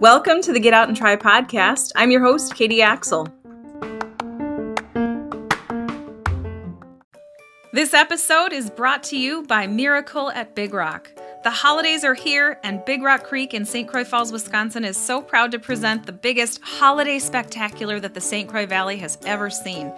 Welcome to the Get Out and Try podcast. I'm your host, Katie Axel. This episode is brought to you by Miracle at Big Rock. The holidays are here, and Big Rock Creek in St. Croix Falls, Wisconsin is so proud to present the biggest holiday spectacular that the St. Croix Valley has ever seen.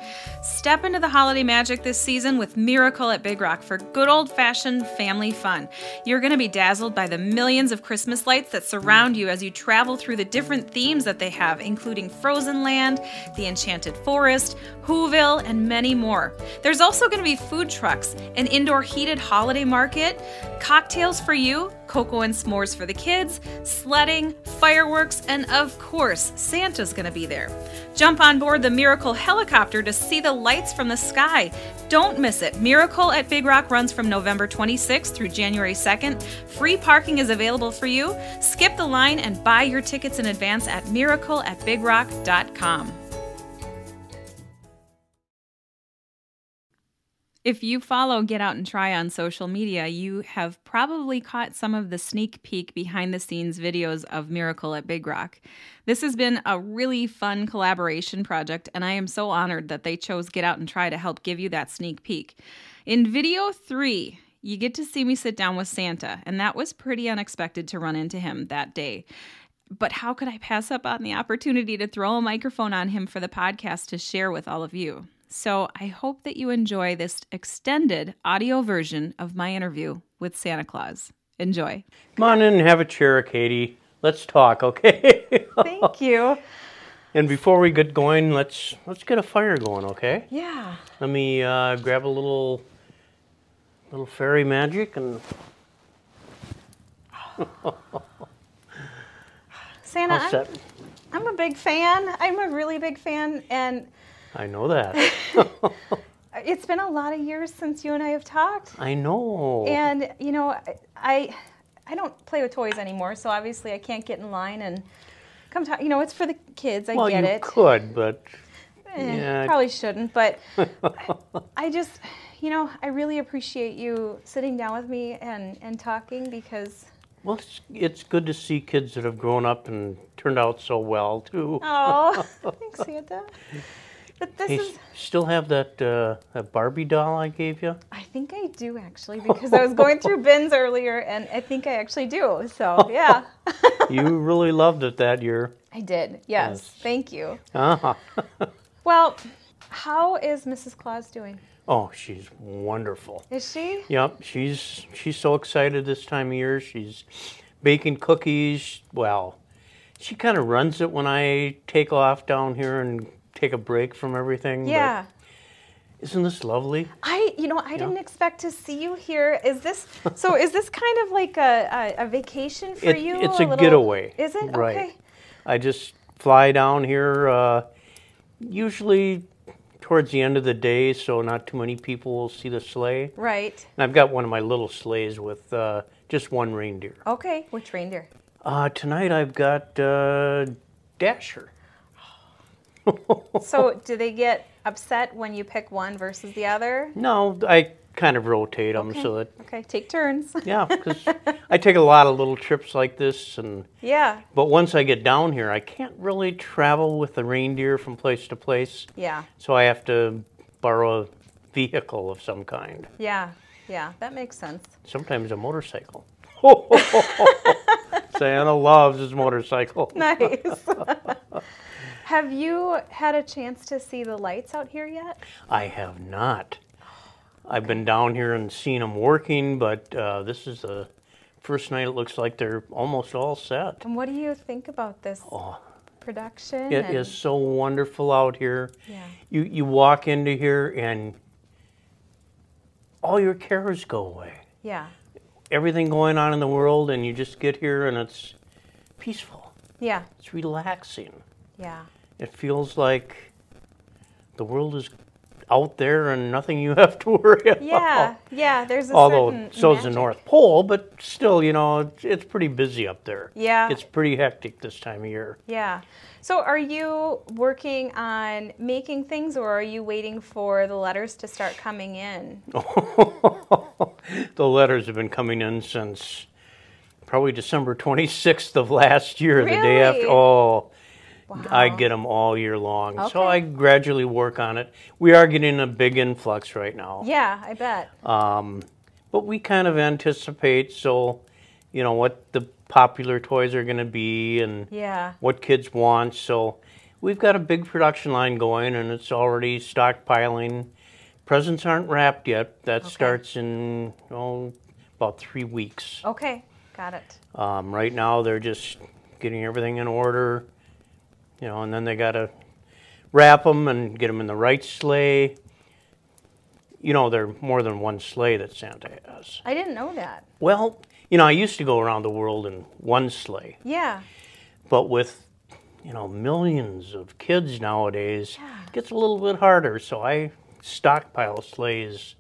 Step into the holiday magic this season with Miracle at Big Rock for good old fashioned family fun. You're going to be dazzled by the millions of Christmas lights that surround you as you travel through the different themes that they have, including Frozen Land, the Enchanted Forest, Whoville, and many more. There's also going to be food trucks, an indoor heated holiday market, cocktails for you, cocoa and s'mores for the kids, sledding, fireworks, and of course, Santa's going to be there. Jump on board the Miracle helicopter to see the lights from the sky. Don't miss it. Miracle at Big Rock runs from November 26th through January 2nd. Free parking is available for you. Skip the line and buy your tickets in advance at miracle at bigrock.com. If you follow Get Out and Try on social media, you have probably caught some of the sneak peek behind the scenes videos of Miracle at Big Rock. This has been a really fun collaboration project, and I am so honored that they chose Get Out and Try to help give you that sneak peek. In video three, you get to see me sit down with Santa, and that was pretty unexpected to run into him that day but how could I pass up on the opportunity to throw a microphone on him for the podcast to share with all of you? So I hope that you enjoy this extended audio version of my interview with Santa Claus. Enjoy. Come on in and have a chair, Katie. Let's talk, okay? Thank you. and before we get going, let's let's get a fire going, okay? Yeah. Let me uh, grab a little little fairy magic and Santa, all I'm, set. I'm a big fan. I'm a really big fan, and I know that. it's been a lot of years since you and I have talked. I know. And you know, I- I I don't play with toys anymore, so obviously I can't get in line and come talk. You know, it's for the kids. I well, get you it. could, but Eh, yeah. Probably shouldn't, but I just, you know, I really appreciate you sitting down with me and and talking because well, it's, it's good to see kids that have grown up and turned out so well too. oh, thanks Santa. But this Hey, is. s- still have that uh, that Barbie doll I gave you? I think I do actually because I was going through bins earlier and I think I actually do. So, yeah. you really loved it that year. I did. Yes. Yes. Thank you. Uh-huh. Well, how is Mrs. Claus doing? Oh, she's wonderful. Is she? Yep, she's she's so excited this time of year. She's baking cookies. Well, she kind of runs it when I take off down here and take a break from everything. but Yeah. Isn't this lovely? I, you know, I didn't expect to see you here. Is this so? Is this kind of like a, a, a vacation for It- you? it's a little- getaway. Is it Right. okay? I just fly down here uh, usually towards the end of the day, so not too many people will see the sleigh. Right. And I've got one of my little sleighs with uh, just one reindeer. Okay. Which reindeer? Uh, tonight I've got uh, Dasher. So, do they get upset when you pick one versus the other? No, I kind of rotate them so that Okay. Take turns. yeah, because I take a lot of little trips like this, and yeah. but once I get down here, I can't really travel with the reindeer from place to place, Yeah. so I have to borrow a vehicle of some kind, Yeah, yeah, that makes sense. sometimes a motorcycle. Santa loves his motorcycle. Nice. Have you had a chance to see the lights out here yet? I have not. I've been down here and seen them working, but uh, this is the first night. It looks like they're almost all set. And what do you think about this production? Oh. It and- is so wonderful out here. Yeah. You you walk into here and all your cares go away. Yeah, Everything going on in the world and you just get here and it's peaceful. yeah, It's relaxing. yeah. It feels like the world is out there and nothing you have to worry about. Yeah, yeah, there's a Although certain so is the magic. North Pole, but still, you know, it's, it's pretty busy up there. Yeah. It's pretty hectic this time of year. Yeah. So are you working on making things or are you waiting for the letters to start coming in? Oh. the letters have been coming in since probably December 26th of last year, the day after. Really? Oh, I Wow. get them all year long. Okay. So I gradually work on it. We are getting a big influx right now. Yeah, I bet. Um, but we kind of anticipate, so, you know, what the popular toys are going to be and Yeah. what kids want. So we've got a big production line going and it's already stockpiling. Presents aren't wrapped yet. That starts in oh, about three weeks. Okay. Got it. Um, right now, they're just getting everything in order, you know, and then they got to wrap them and get them in the right sleigh. You know, there are more than one sleigh that Santa has. I didn't know that. Well, you know, I used to go around the world in one sleigh. Yeah. But with you know millions of kids nowadays, it gets a little bit harder. So I stockpile sleighs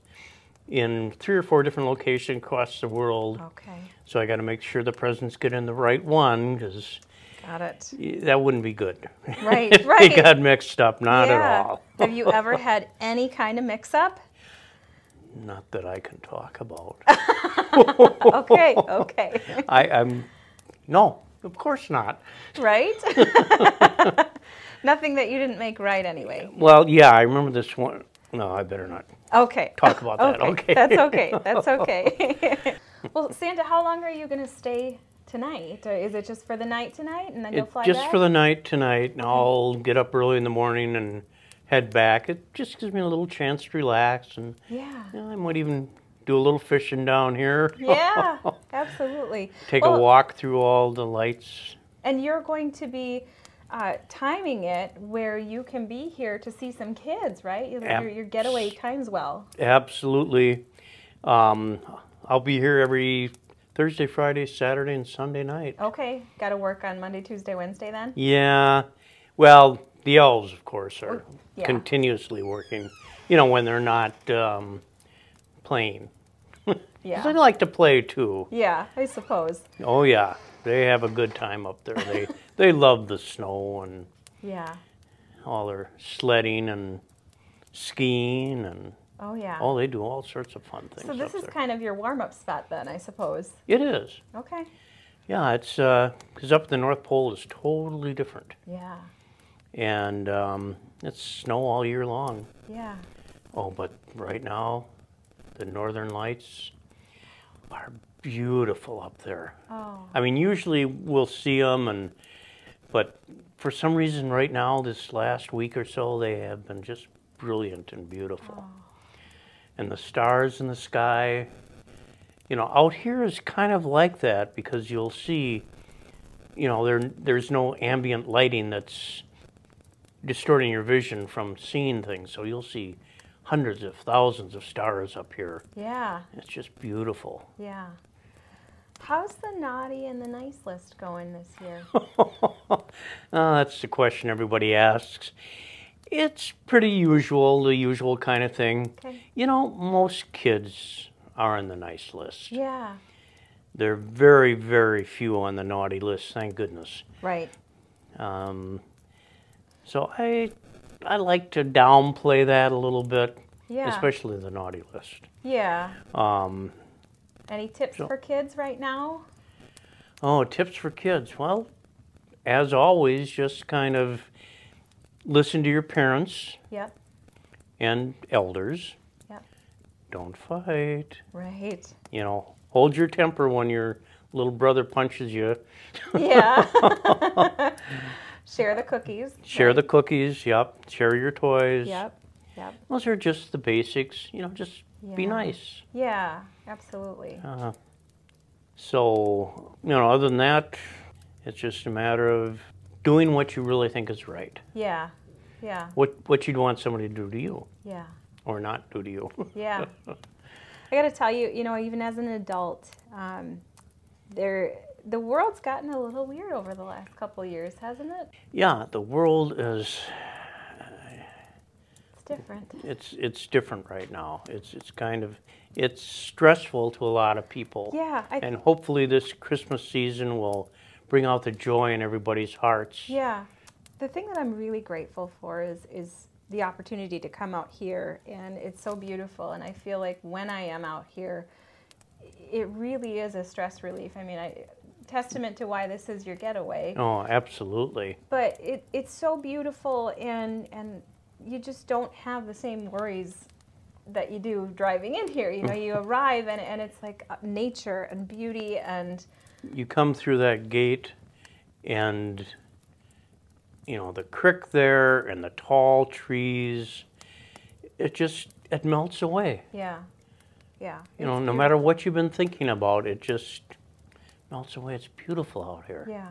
in three or four different locations across the world. Okay. So I got to make sure the presents get in the right one because Got it. that wouldn't be good. Right. if right. they got mixed up, not yeah. at all. Have you ever had any kind of mix up? Not that I can talk about. Okay. Okay. I, I'm no, of course not. right? Nothing that you didn't make right anyway. Well, yeah, I remember this one. No, I better not. Okay. Talk about that, okay. That's okay. That's okay. well, Santa, how long are you going to stay tonight? Or is it just for the night tonight and then you'll It- fly just back? for the night tonight, and I'll get up early in the morning and head back. It just gives me a little chance to relax, and yeah. you know, I might even do a little fishing down here. Yeah, absolutely. Take Well, a walk through all the lights. And you're going to be uh, timing it where you can be here to see some kids, right? Your, Ab- your, your getaway times well. Absolutely. Um, I'll be here every Thursday, Friday, Saturday, and Sunday night. Okay, got to work on Monday, Tuesday, Wednesday then? Yeah. Well, the elves, of course, are Oh, yeah. continuously working. You know, when they're not um, playing. 'Cause Yeah. I like to play too. Yeah, I suppose. Oh yeah, they have a good time up there. They they love the snow and Yeah. all their sledding and skiing and Oh, yeah. oh, they do all sorts of fun things so this up is there. kind of your warm-up spot then, I suppose. it is, Okay. yeah. It's because up at the North Pole is totally different, Yeah. and um, it's snow all year long. Yeah. Oh, but right now, the Northern Lights are beautiful up there. Oh. I mean, usually we'll see them, and but for some reason, right now, this last week or so, they have been just brilliant and beautiful. And the stars in the sky, you know, out here is kind of like that because you'll see, you know, there there's no ambient lighting that's distorting your vision from seeing things, so you'll see hundreds of thousands of stars up here. Yeah. It's just beautiful. Yeah. How's the naughty and the nice list going this year? oh, that's the question everybody asks. It's pretty usual, the usual kind of thing. Okay. You know, most kids are on the nice list. yeah. There are very, very few on the naughty list, thank goodness. Right. Um, so I, I like to downplay that a little bit, Yeah. especially the naughty list. yeah. Um, Any tips So- for kids right now? Oh, tips for kids. Well, as always, just kind of listen to your parents Yep. and elders. Yep. Don't fight. Right. You know, hold your temper when your little brother punches you. Yeah. Share the cookies. Share the cookies. Yep. Share your toys. Yep. Yep. Those are just the basics. You know, just be Yeah. nice. Yeah. Absolutely. Uh, so, you know, other than that, it's just a matter of doing what you really think is right. Yeah. Yeah. What what you'd want somebody to do to you Yeah. or not do to you. Yeah. I got to tell you, you know, even as an adult, um, there the world's gotten a little weird over the last couple of years, hasn't it? Yeah, the world is It's different. it's it's different right now. It's it's kind of it's stressful to a lot of people. Yeah. I, And hopefully this Christmas season will bring out the joy in everybody's hearts. Yeah. The thing that I'm really grateful for is is the opportunity to come out here and it's so beautiful and I feel like when I am out here it really is a stress relief. I mean, I testament to why this is your getaway. Oh, absolutely. But it, it's so beautiful, and and you just don't have the same worries that you do driving in here. You know, you arrive and and it's like uh, nature and beauty and You come through that gate and you know the creek there and the tall trees it just it melts away. yeah, yeah. it's You know, no beautiful. matter what you've been thinking about, it just melts away. It's beautiful out here. Yeah.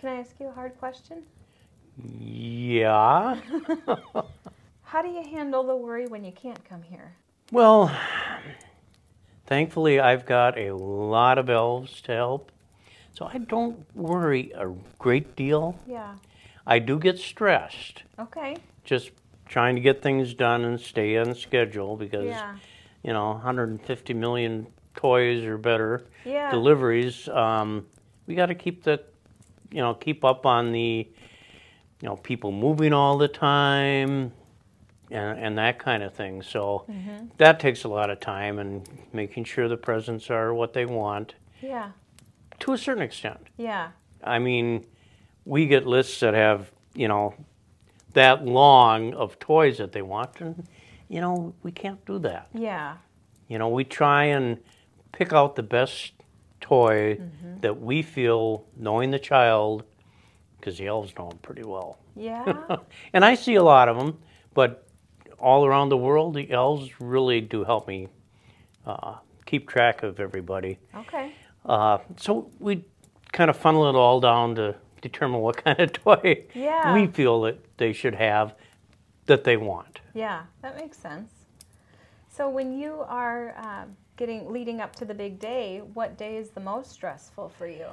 Can I ask you a hard question? Yeah. How do you handle the worry when you can't come here? Well, thankfully, I've got a lot of elves to help, so I don't worry a great deal. Yeah. I do get stressed Okay. just trying to get things done and stay on schedule because, Yeah. you know, 150 million toys or better Yeah. deliveries. Um, we got to keep the, you know, keep up on the, you know, people moving all the time, and and that kind of thing. So that takes a lot of time and making sure the presents are what they want Yeah. to a certain extent. Yeah. I mean, we get lists that have you know that long of toys that they want, and you know we can't do that. Yeah. You know, we try and pick out the best toy that we feel, knowing the child, because the elves know them pretty well. Yeah. and I see a lot of them, but all around the world, the elves really do help me uh, keep track of everybody. okay. Uh, so we kind of funnel it all down to determine what kind of toy Yeah. we feel that they should have that they want. Yeah. That makes sense. So when you are uh, getting leading up to the big day, what day is the most stressful for you?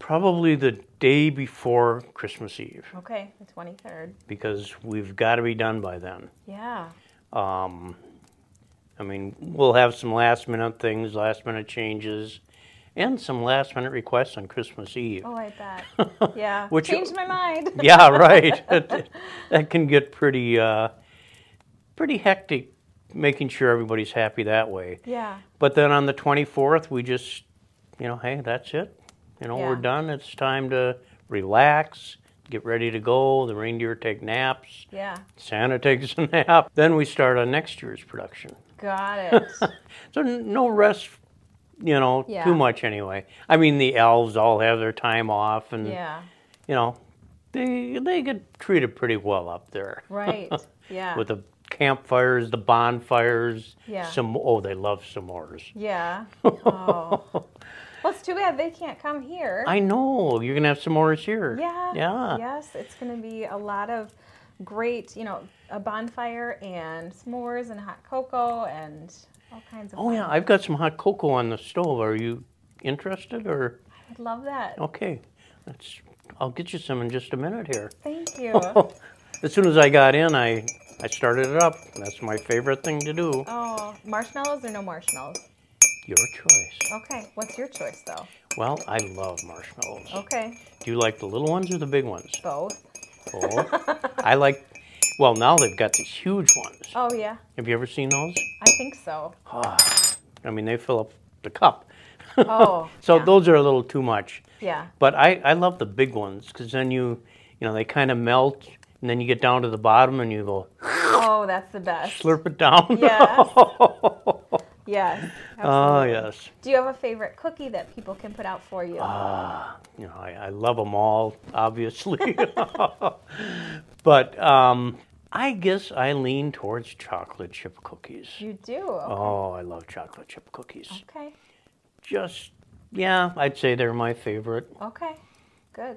Probably the day before Christmas Eve. Okay, the twenty third. because we've got to be done by then. Yeah. Um, I mean, we'll have some last minute things, last minute changes, and some last minute requests on Christmas Eve. Oh, I bet. Yeah. Which- Changed my mind. Yeah, right. that, that can get pretty, uh, pretty hectic, making sure everybody's happy that way. yeah. But then on the 24th, we just, you know, hey, that's it. You know, we're Yeah. done. It's time to relax, get ready to go. The reindeer take naps. Yeah. Santa takes a nap. Then we start on next year's production. Got it. So n- no rest, you know, Yeah. too much anyway. I mean, the elves all have their time off, and yeah. you know, they they get treated pretty well up there Right. Yeah. with the campfires, the bonfires. Yeah. Some oh, they love s'mores. Yeah. Oh. well, it's too bad they can't come here. I know you're gonna have s'mores here. yeah. Yeah. Yes, it's going to be a lot of great, you know, a bonfire and s'mores and hot cocoa and all kinds of. Oh yeah, fun. I've got some hot cocoa on the stove. Are you interested or I'd love that. okay? Let's. I'll get you some in just a minute here. Thank you. As soon as I got in, I I started it up. That's my favorite thing to do. oh, marshmallows or no marshmallows? Your choice. Okay. What's your choice though? Well, I love marshmallows. Okay. Do you like the little ones or the big ones? Both. Oh, I like. Well, now they've got these huge ones. Oh yeah. Have you ever seen those? I think so. I mean, they fill up the cup. Oh. So yeah. those are a little too much. Yeah. But I, I love the big ones because then you, you know, they kind of melt and then you get down to the bottom and you go Oh, that's the best. slurp it down. Yes. oh, Yes. Uh, absolutely. yes. Do you have a favorite cookie that people can put out for you? uh, Ah, you know, I, I love them all, obviously. but um, I guess I lean towards chocolate chip cookies. you do. Oh, I love chocolate chip cookies. Okay. Just, yeah, I'd say they're my favorite. Okay. Good.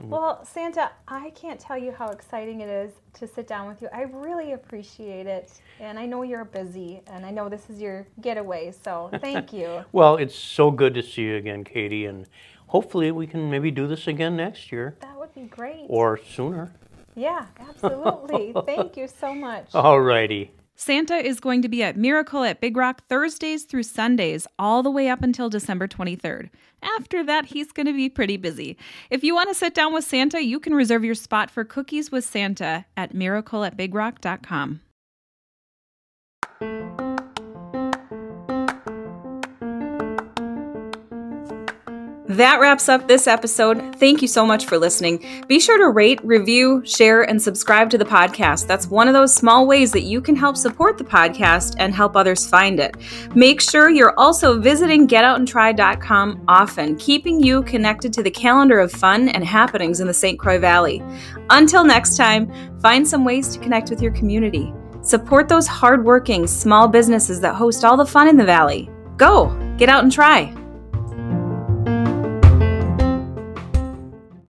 Well, Santa, I can't tell you how exciting it is to sit down with you. I really appreciate it. And I know you're busy, and I know this is your getaway, so thank you. Well, it's so good to see you again, Katie, and hopefully we can maybe do this again next year That would be great. or sooner. Yeah, absolutely. thank you so much. All righty. Santa is going to be at Miracle at Big Rock Thursdays through Sundays, all the way up until December 23rd. After that, he's going to be pretty busy. If you want to sit down with Santa, you can reserve your spot for Cookies with Santa at miracleatbigrock.com. That wraps up this episode. Thank you so much for listening. Be sure to rate, review, share, and subscribe to the podcast. That's one of those small ways that you can help support the podcast and help others find it. Make sure you're also visiting getoutandtry.com often, keeping you connected to the calendar of fun and happenings in the St. Croix Valley. Until next time, find some ways to connect with your community. Support those hardworking small businesses that host all the fun in the valley. Go, get out and try.